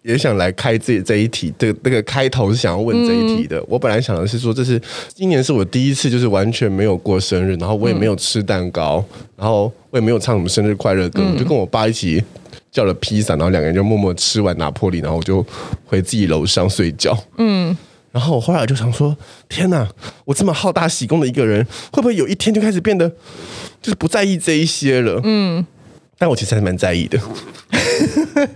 也想来开这这一题，这个这个开头是想要问这一嗯题的。我本来想的是说，这是今年是我第一次，就是完全没有过生日，然后我也没嗯有吃蛋糕，然后我也没有唱什么生日快乐歌，我就跟我爸一起叫了披萨，然后两个人就默默吃完拿破里，然后我就回自己楼上睡觉。然后我后来就想说，天哪，我这么好大喜功的一个人，会不会有一天就开始变得就是不在意这一些了？嗯，但我其实还是蛮在 意的，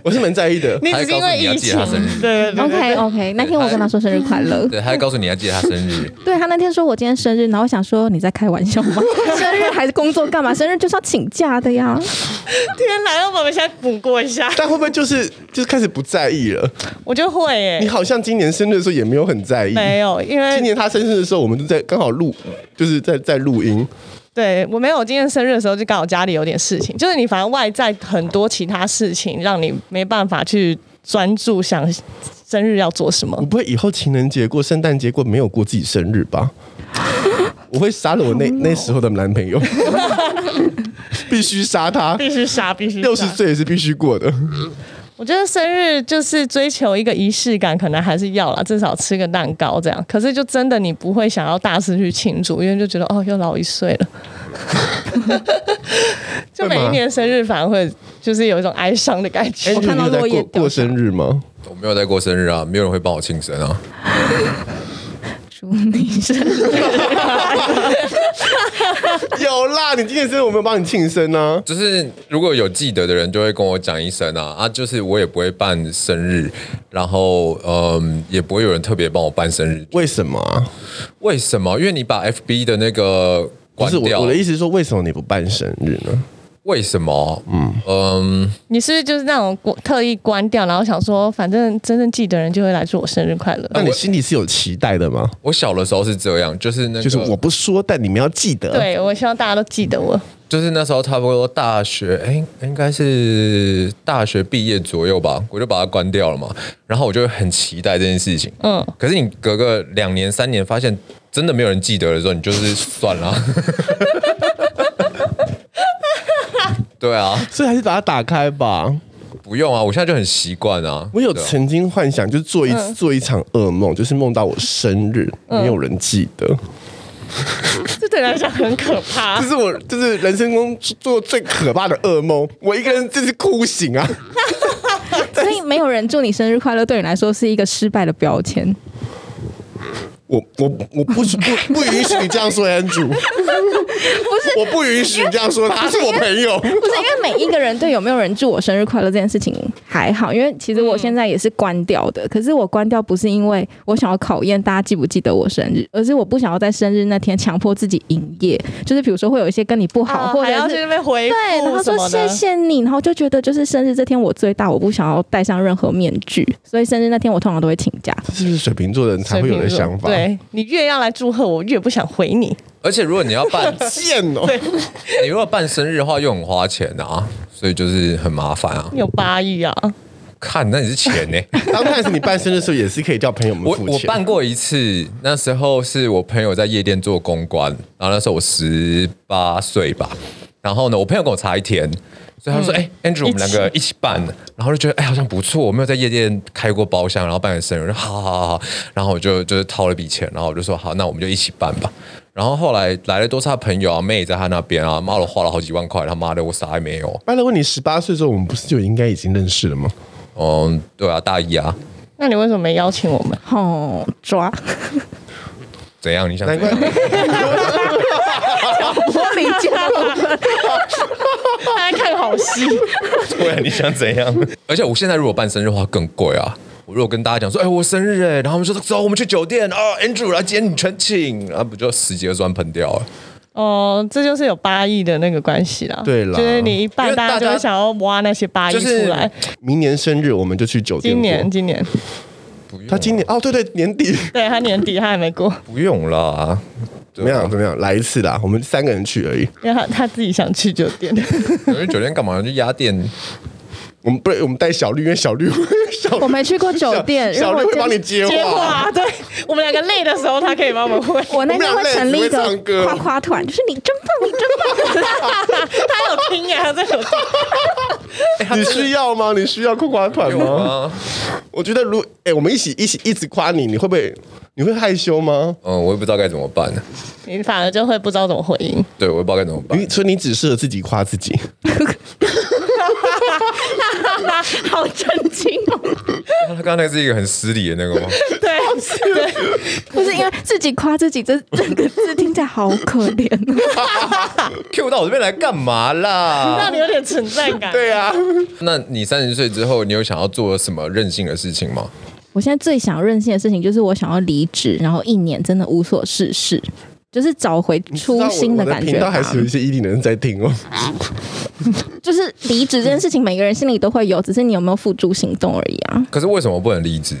我是蛮在意的。你只是因为疫还告诉你要记得情他生日， 对对对 OK OK，那天我跟他说生日快乐，对，他还告诉你要记得他生日，对他那天说我今天生日，然后我想说你在开玩笑 吗？生日还是工作干嘛？生日就是要请假的呀。天哪，要不我们现在补过一下？但会不会就是就是开始不在意了？我就会耶、你好像今年生日的时候也没有很在 意，没有，因为今年他生日的时候，我们就在刚好录，就是在在录音。对我没有，我今天生日的时候就刚好家里有点事情，就是你反正外在很多其他事情让你没办法去专注想生日要做什么我。不会以后情人节过、圣诞节过没有过自己生日 吧？我会杀了我 Oh 那那时候的男朋友， 必须杀 他。必须杀，必须杀六十岁也是必须过的。我觉得生日就是追求一个仪式感，可能还是要啦，至少吃个蛋糕这样。可是就真的你不会想要大肆去庆祝，因为就觉得哦，又老一岁了。 就每一年生日反而会就是有一种哀伤的感觉。看你有到落在叶过掉过生日吗？我没有在过生日啊，没有人会帮我庆生啊。祝你生 日，有啦，你今天生日我没有帮你庆生啊。就是如果有记得的人，就会跟我讲一声啊啊，就是我也不会办生日，然后嗯，也不会有人特别帮我办生日。为什么啊？为什么？因为你把 FB 的那个不关是掉，我我的意思是说，为什么你不办生日呢？为什么？嗯嗯，你是不是就是那种关特意关掉，然后想说反正真正记得人就会来祝我生日快呃乐？那你心里是有期待的吗？我小的时候是这样，就是那个，就是我不说，但你们要记得。，对，我希望大家都记得我。就是那时候差不多大学，哎、应该是大学毕业左右吧，我就把它关掉了嘛。然后我就很期待这件事情，嗯嗯。可是你隔个两年、三年，发现真的没有人记得的时候，你就是算了啊。对啊，所以还是把它打开吧。不用啊，我现在就很习惯啊。我有对啊曾经幻想，就是做一、嗯做一场噩梦，就是梦到我生日，没有人记得，这对你来讲很可怕 啊这。是我就是人生中做最可怕的噩梦。我一个人就是哭醒啊，所以没有人祝你生日快乐，对你来说是一个失败的标签。我我我不许不不允许你这样说 Andrew，不是，我不允许你这样说他，他是我朋友。不是因为每一个人对有没有人祝我生日快乐这件事情还好，因为其实我现在也是关掉的。可是我关掉不是因为我想要考验大家记不记得我生日，而是我不想要在生日那天强迫自己营业。就是比如说会有一些跟你不好，啊或还要者去是那边回复对，然后什说么谢的谢你，然后就觉得就是生日这天我最大，我不想要戴上任何面具，所以生日那天我通常都会请假。是不是水瓶座的人才会有的想法？，对你越要来祝贺我，越不想回你。而且如果你要办，贱哦、 你如果办生日的话，又很花钱啊，所以就是很麻烦啊。你有八亿啊！看，那你是钱呢、刚开始你办生日的时候也是可以叫朋友们我付钱。我办过一次，那时候是我朋友在夜店做公关，然后那时候我十八岁吧，然后呢，我朋友跟我差一天，所以他说：“哎、a n d r e w 我们两个一起办。”然后就觉得哎、好像不错，我没有在夜店开过包厢，然后办个生日，我说好好好好，然后我就就是掏了笔钱，然后我就说好，那我们就一起办吧。然后后来来了多是他朋友啊，妹也在他那边啊，妈的我花了好几万块，他妈的我啥也没有。拜了问你十八岁的时候，我们不是就应该已经认识了吗？嗯，对啊，大一啊，那你为什么没邀请我们？哦， 抓怎样？你想难怎怪样？玻璃镜大家看好戏， 对啊，你想怎样？ 而且我现在如果办生日的话更贵啊。我如果跟大家讲说，哎、我生日哎、然后他们说走，我们去酒店哦，Andrew 来接你全请，然后不就十几二十万喷掉了？哦，这就是有八亿的那个关系啦。对啦就是你一因办，为大大家家就会想要挖那些八亿就是出来。明年生日我们就去酒店今过。年，今年，不用他今年哦，对对，年底对他年底他还没过，不用啦，啊怎么样？怎么样？来一次啦，我们三个人去而已。因为他他自己想去酒 店。有人酒店干嘛？去压 店？我们不然我们带小绿，因为小绿小我没去过酒店，小如绿果会真帮你接接话。话，对我们两个累的时候，他可以帮我们会。我那天会成立我一们俩累只会唱歌个夸夸团，就是你真棒，你真 他有听耶，他在有听。你需要吗？你需要酷瓜团有吗？啊，我觉得如哎、我们一起一起一直夸你，你会不会你会害羞吗？嗯，我也不知道该怎么办，你反而就会不知道怎么回 应。对我也不知道该怎么办你。所以你只适合自己夸自己，好震惊哦！他刚刚那是一个很失礼的那个吗？对对，不是因为自己夸自己，这 整个字听起来好可怜哦。 Q 到我这边来干嘛啦？让你有点存在感。对啊， 那你三十岁之后，你有想要做什么任性的事情吗？ 我现在最想任性的事情就是我想要离职，然后一年真的无所事事，就是找回初心的感频觉道吧。还是有一些异地的人在听哦。就是离职这件事情，每个人心里都会有，只是你有没有付诸行动而已啊。可是为什么不能离职？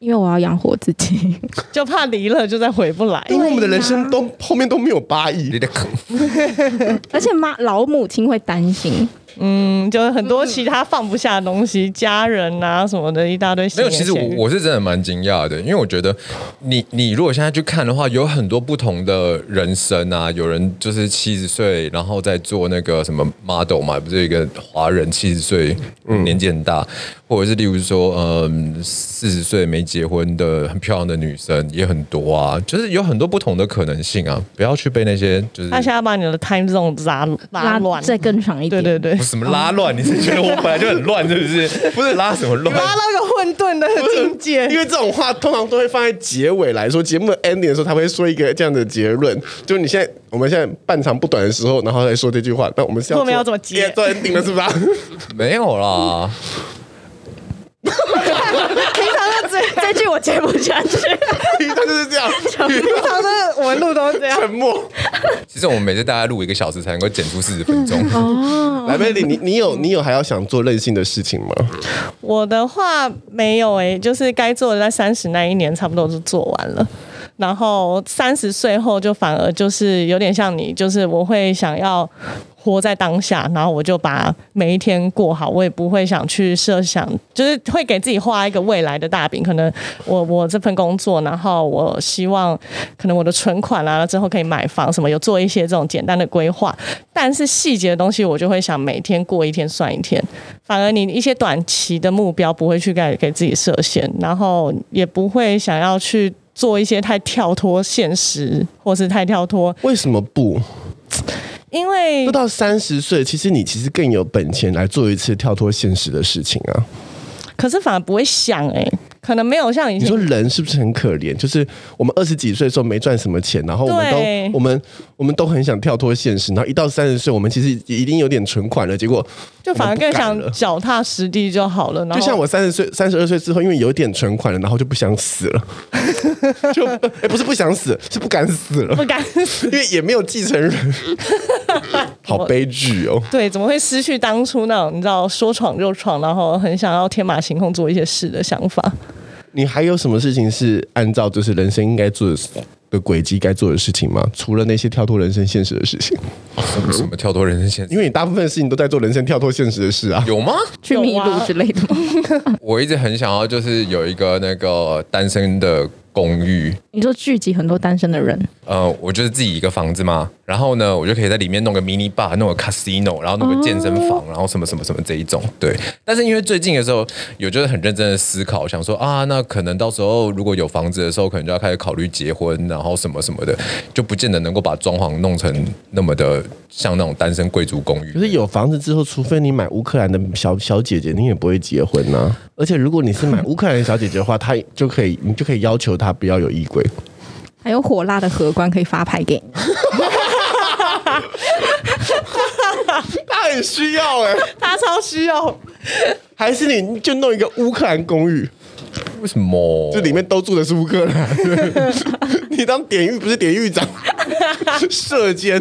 因为我要养活自己，就怕离了就再回不来。因为我们的人生都后面都没有八你亿，的坑， 而且妈老母亲会担心。嗯，就是很多其他放不下的东西，家人啊什么的一大堆。没有，其实我我是真的蛮惊讶的，因为我觉得你你如果现在去看的话，有很多不同的人生啊，有人就是七十岁，然后在做那个什么 model 嘛，不是有一个华人七十岁年纪很大，或者是例如说嗯四十岁没结婚的很漂亮的女生也很多啊，就是有很多不同的可能性啊，不要去被那些就是他现在把你的 time zone 拉拉乱，再更长一对点。对对不，是什么拉乱，你是觉得我本来就很乱是不是？不是拉什么乱？拉到个混沌的境界因。为这种话通常都会放在结尾来说，节目的 ending 的时候，他会说一个这样的结论，就你现在我们现在半长不短的时候，然后再说这句话，那我们是要后面要怎么接做 ending 了 是吧？没有啦。平常的这这句我接不下去。他就是 这样，平常的我们录都是这 样。沉默。其实我们每次大概录一个小时才能够剪出四十分钟。哦来，贝利，你你有你有还要想做任性的事情吗？我的话没有诶、就是该做的在三十那一年差不多就做完了，然后三十岁后就反而就是有点像你，就是我会想要活在当下，然后我就把每一天过好，我也不会想去设想，就是会给自己画一个未来的大饼。可能我我这份工作，然后我希望可能我的存款啊之后可以买房什么，有做一些这种简单的规划，但是细节的东西我就会想每天过一天算一天。反而你一些短期的目标不会去给给自己设限，然后也不会想要去做一些太跳脱现实或是太跳脱，为什么不？因为都到三十岁，其实你其实更有本钱来做一次跳脱现实的事情啊！可是反而不会想哎、可能没有像以你前说。人是不是很可怜？就是我们二十几岁的时候没赚什么钱，然后我对们都我们我们都很想跳脱现实，然后一到三十岁，我们其实已经有点存款了，结果就反而更我想哦们不敢了脚踏实地就好了，然后就像我三十岁、三十二岁之后，因为有点存款了，然后就不想死 了，就哎、不是不想死，是不敢死了不，敢因为也没有 继承人，好悲剧哦。对，怎么会失去当初那种你知道说闯就闯，然后很想要天马行空做一些事的想法？ 你还有什么事情是按照就是人生应该做的的轨迹该做的事情吗？除了那些跳脱人生现实的事情， 什么什么跳脱人生线？因为你大部分的事情都在做人生跳脱现实的事啊。有吗？去迷路之类的吗？我一直很想要，就是有一个那个单身的公寓。 你说聚集很多单身的人，呃，我就是自己一个房子嘛，然后呢，我就可以在里面弄个 mini bar，弄个 casino，然后弄个健身房，然后什么什么什么这一种。对，但是因为最近的时候有就是很认真的思考，想说啊，那可能到时候如果有房子的时候，可能就要开始考虑结婚，然后什么什么的，就不见得能够把装潢弄成那么的像那种单身贵族公寓。可是有房子之后，除非你买乌克兰的小小姐姐，你也不会结婚啊呐、而且如果你是买乌克兰的小姐姐的话，她就可以，你就可以要求她不要有衣柜。 还有火辣的荷官可以发牌给你。 她很需要哎、他超需要，还是你就弄一个乌克兰公寓，为什么？这里面都住的是乌克兰 人。你当典狱不是典狱长， 射箭。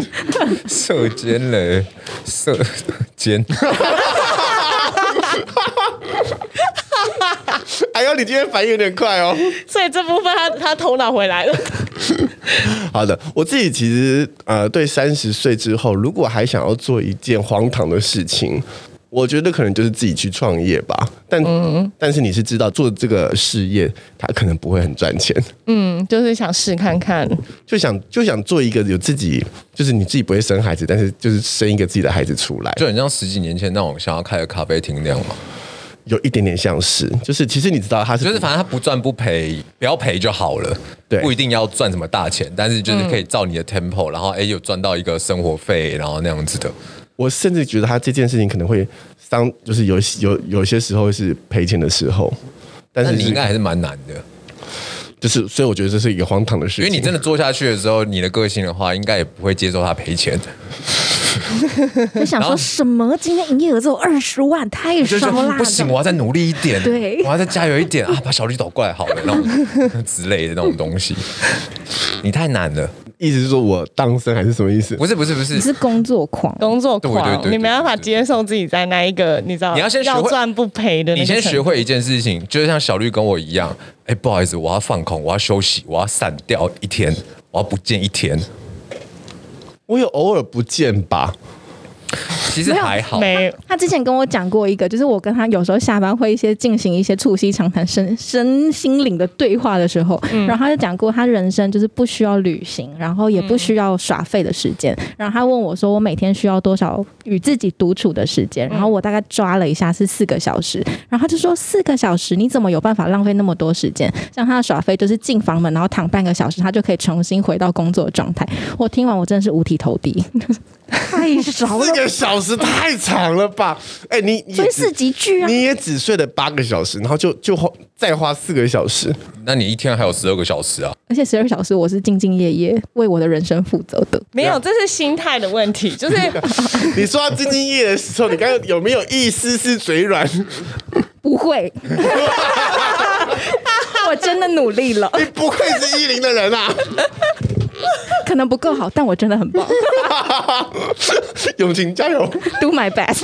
射奸嘞，射 奸。哎呦，你今天反应有点快哦。所以这部分他他头脑回来了。 好的，我自己其实呃，对三十岁之后，如果还想要做一件荒唐的事情，我觉得可能就是自己去创业吧。但、但是你是知道做这个事业，它可能不会很赚钱， 嗯，就是想试看看，就想就想做一个有自己，就是你自己不会生孩子，但是就是生一个自己的孩子出来。就很像十几年前那种想要开个咖啡厅那样嘛。有一点点像是，就是其实你知道他是就是反正他不赚不赔，不要赔就好了，对嗯不一定要赚什么大钱，但是就是可以照你的 tempo，、然后哎有赚到一个生活费，然后那样子的，我甚至觉得他这件事情可能会伤，就是有有有些时候是赔钱的时候，但那是你是应该还是蛮难的，就是，所以我觉得这是一个荒唐的事因情。为你真的做下去的时候，你的个性的话，应该也不会接受他赔钱，就想然后说什么？今天营业额只有二十万，太就是少说啦！不行，我要再努力一点，对我要再加油一点啊，把小绿岛过来好了，那 种之类的那种东西，你太难了，意思是说我当生还是什么意思？不是不是不是你，是工作狂，工作狂，对对对对你没办法对对接受自己在那一个，你知道，你要先学会赚不赔的那你个程度，先学会一件事情，就是像小绿跟我一样，哎、不好意思，我要放空，我要休息，我要散掉一天，我要不见一天。 我有偶尔不见吧，其实还好，没他之前跟我讲过一个，就是我跟他有时候下班会一些进行一些促膝长谈、身身心灵的对话的时候，然后他就讲过，他人生就是不需要旅行，然后也不需要耍废的时间。然后他问我说，我每天需要多少与自己独处的时间？然后我大概抓了一下是四个小时，然后他就说四个小时你怎么有办法浪费那么多时间？像他的耍废就是进房门，然后躺半个小时，他就可以重新回到工作的状态。我听完我真的是五体投地， 太少了四，个小时太长了吧？哎、你你所也以只四级剧啊，你也只睡了八个小时，然后就就花再花四个 小时，那你一天还有十二个小时啊？而且十二小时我是兢兢业业为我的人生负责的。没有，这啊是心态的问题， 就是你说到兢兢业业的时候，你刚刚有没有一丝丝 嘴软？你不会， 我真的努力了，不愧是依林的人啊！ 可能不够好，但我真的很棒。永晴加油！ Do my best。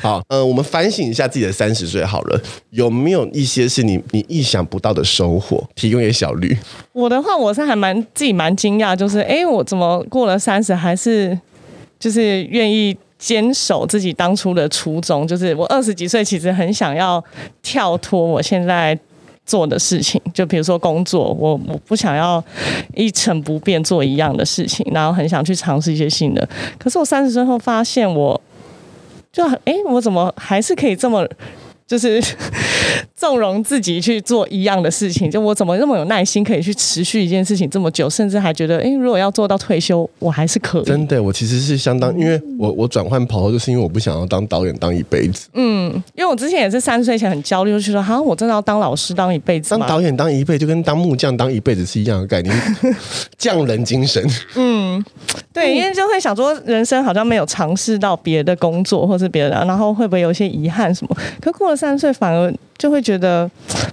好，呃，我们反省一下自己的三十岁好了，有没有一些是你你意想不到的收获？提供给小绿，我的话，我是还蛮自己蛮惊讶，就是哎、诶我怎么过了三十还是就是愿意坚守自己当初的初衷？就是我二十几岁其实很想要跳脱我现在。做的事情，就比如说工作，我我不想要一成不变做一样的事情，然后很想去尝试一些新的。可是我三十岁后发现我，就哎、诶我怎么还是可以这么就是 纵容自己去做一样的事情，就我怎么那么有耐心可以去持续一件事情这么久，甚至还觉得，诶，如果要做到退休，我还是可以。真的，我其实是相嗯当，因为我我转换跑道，就是因为我不想要当导演当一辈子，嗯因为我之前也是三十岁前很焦虑，就觉得，哈，我真的要当老师当一辈子当吗？导演当一辈就跟当木匠当一辈子是一样的概念，匠人 精神。嗯对，因为就会想说，人生好像没有尝试到别的工作或是别的，然后会不会有一些遗憾什么？可过了三十岁，反而就会觉得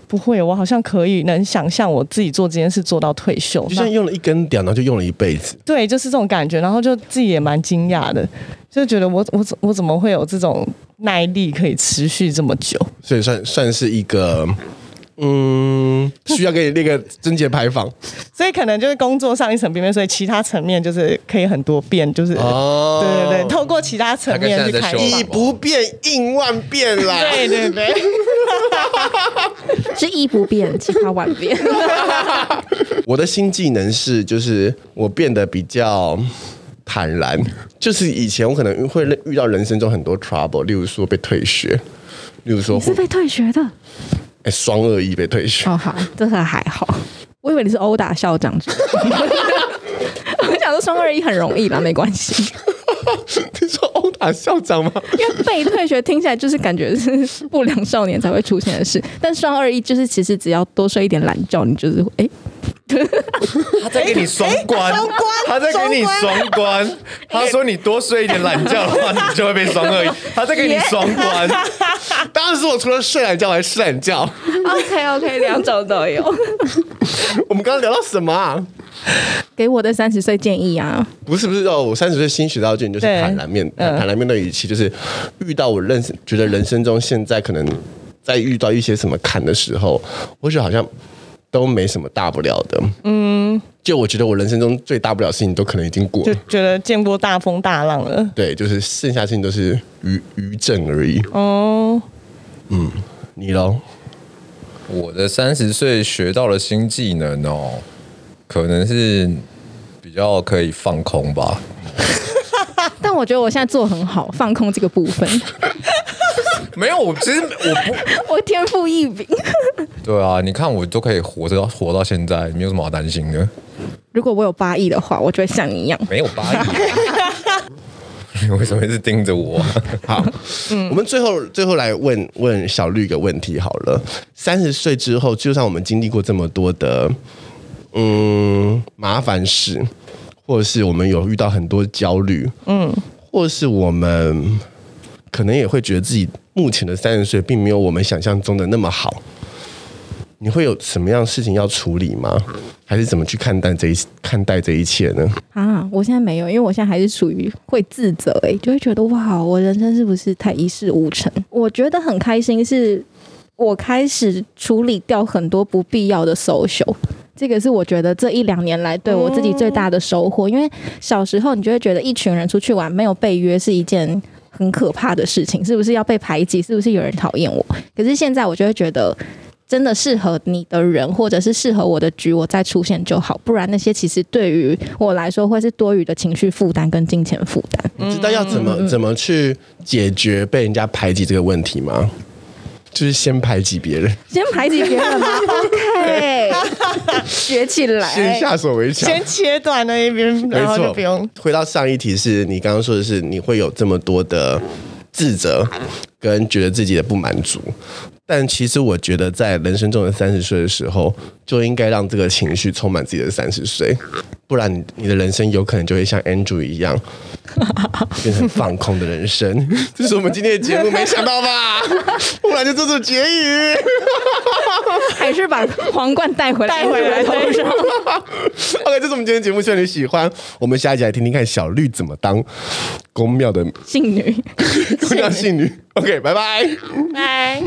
不会，我好像可以能想象我自己做这件事做到退休。就像用了一根屌，然后就用了一辈子。对，就是这种感觉，然后就自己也蛮惊讶的，就觉得我我怎我怎么会有这种耐力可以持续这么久？所以算算是一个，嗯，需要给你列个贞节牌坊所以可能就是工作上一层边面，所以其他层面就是可以很多变，就是、哦对对对，透过其他层面去他看跟。现在在修以不变应万变 啦。对对对，是一不变，其他万 变。我的新技能是，就是我变得比较。坦然，就是以前我可能会遇到人生中很多 trouble，例如说被退学，例如说你是被退学的，哎双恶意被退学，哦，好，这个还好。我以为你是殴打校长之类 的。我想说双二一很容易啦，没关系。 你说殴打校长吗？因为被退学听起来就是感觉是不良少年才会出现的事，但双二一就是其实只要多睡一点懒觉，你就是哎、 他在给你双哎关，他在给你双关。他说你多睡一点懒觉的话，你就会被双二 一。他在给你双关，啊当时我除了睡懒觉，我还吃懒觉。 OK OK，两种都有。我们刚刚聊到什么啊？给我的三十岁建议啊，不是不是哦，我三十岁新学到的技能就是对坦然面嗯坦然面对语气，就是遇到我认识觉得人生中现在可能在遇到一些什么坎的时候，我觉得好像都没什么大不了的。嗯，就我觉得我人生中最大不了的事情都可能已经过就了，觉得见过大风大浪了。对，就是剩下的事情都是余余震而已。哦，你喽，我的三十岁学到了新技能哦，可能是比较可以放空吧。但我觉得我现在做很好，放空这个部分。没有，我其实我不 我天赋异禀。对啊，你看我都可以活着活到现在，没有什么好担心的，如果我有八亿的话，我就会像你一样。没有八亿。你 为什么一直盯着我？好，我们最后最后来问问小绿一个问题好了。三十岁之后，就算我们经历过这么多的嗯麻烦事，或是我们有遇到很多焦虑，嗯，或是我们可能也会觉得自己目前的三十岁并没有我们想象中的那么好。你会有什么样的事情要处理吗？还是怎么去看待这一看待这一切呢？啊，我现在没有，因为我现在还是属于会自责、欸，就会觉得哇，我人生是不是太一事无成？我觉得很开心，是我开始处理掉很多不必要的 social。这个是我觉得这一两年来对我自己最大的收获，因为小时候你就会觉得一群人出去玩没有被约是一件很可怕的事情，是不是要被排挤？是不是有人讨厌我？可是现在我就会觉得，真的适合你的人，或者是适合我的局，我再出现就好。不然那些其实对于我来说会是多余的情绪负担跟金钱负担。你知道要怎么怎么去解决被人家排挤这个问题吗？就是先排挤别人，先排挤别 人吧，OK，学起先来。下手为强。先切断那一 边，没然后就错不用。。回到上一题是，你刚刚说的是你会有这么多的自责，跟觉得自己的不满足。但其实我觉得，在人生中的三十岁的时候，就应该让这个情绪充满自己的三十岁，不然你你的人生有可能就会像 Andrew 一 样，变成放空的人生。这是我们今天的节目，没想到 吧？忽然就这种结语。 还是把皇冠带回来，带回 来头上。 OK，这是我们今天的节目，希望你喜欢。我们下一集来听听看小绿怎么当宫庙的性女。 宫庙信女。OK，拜拜。拜。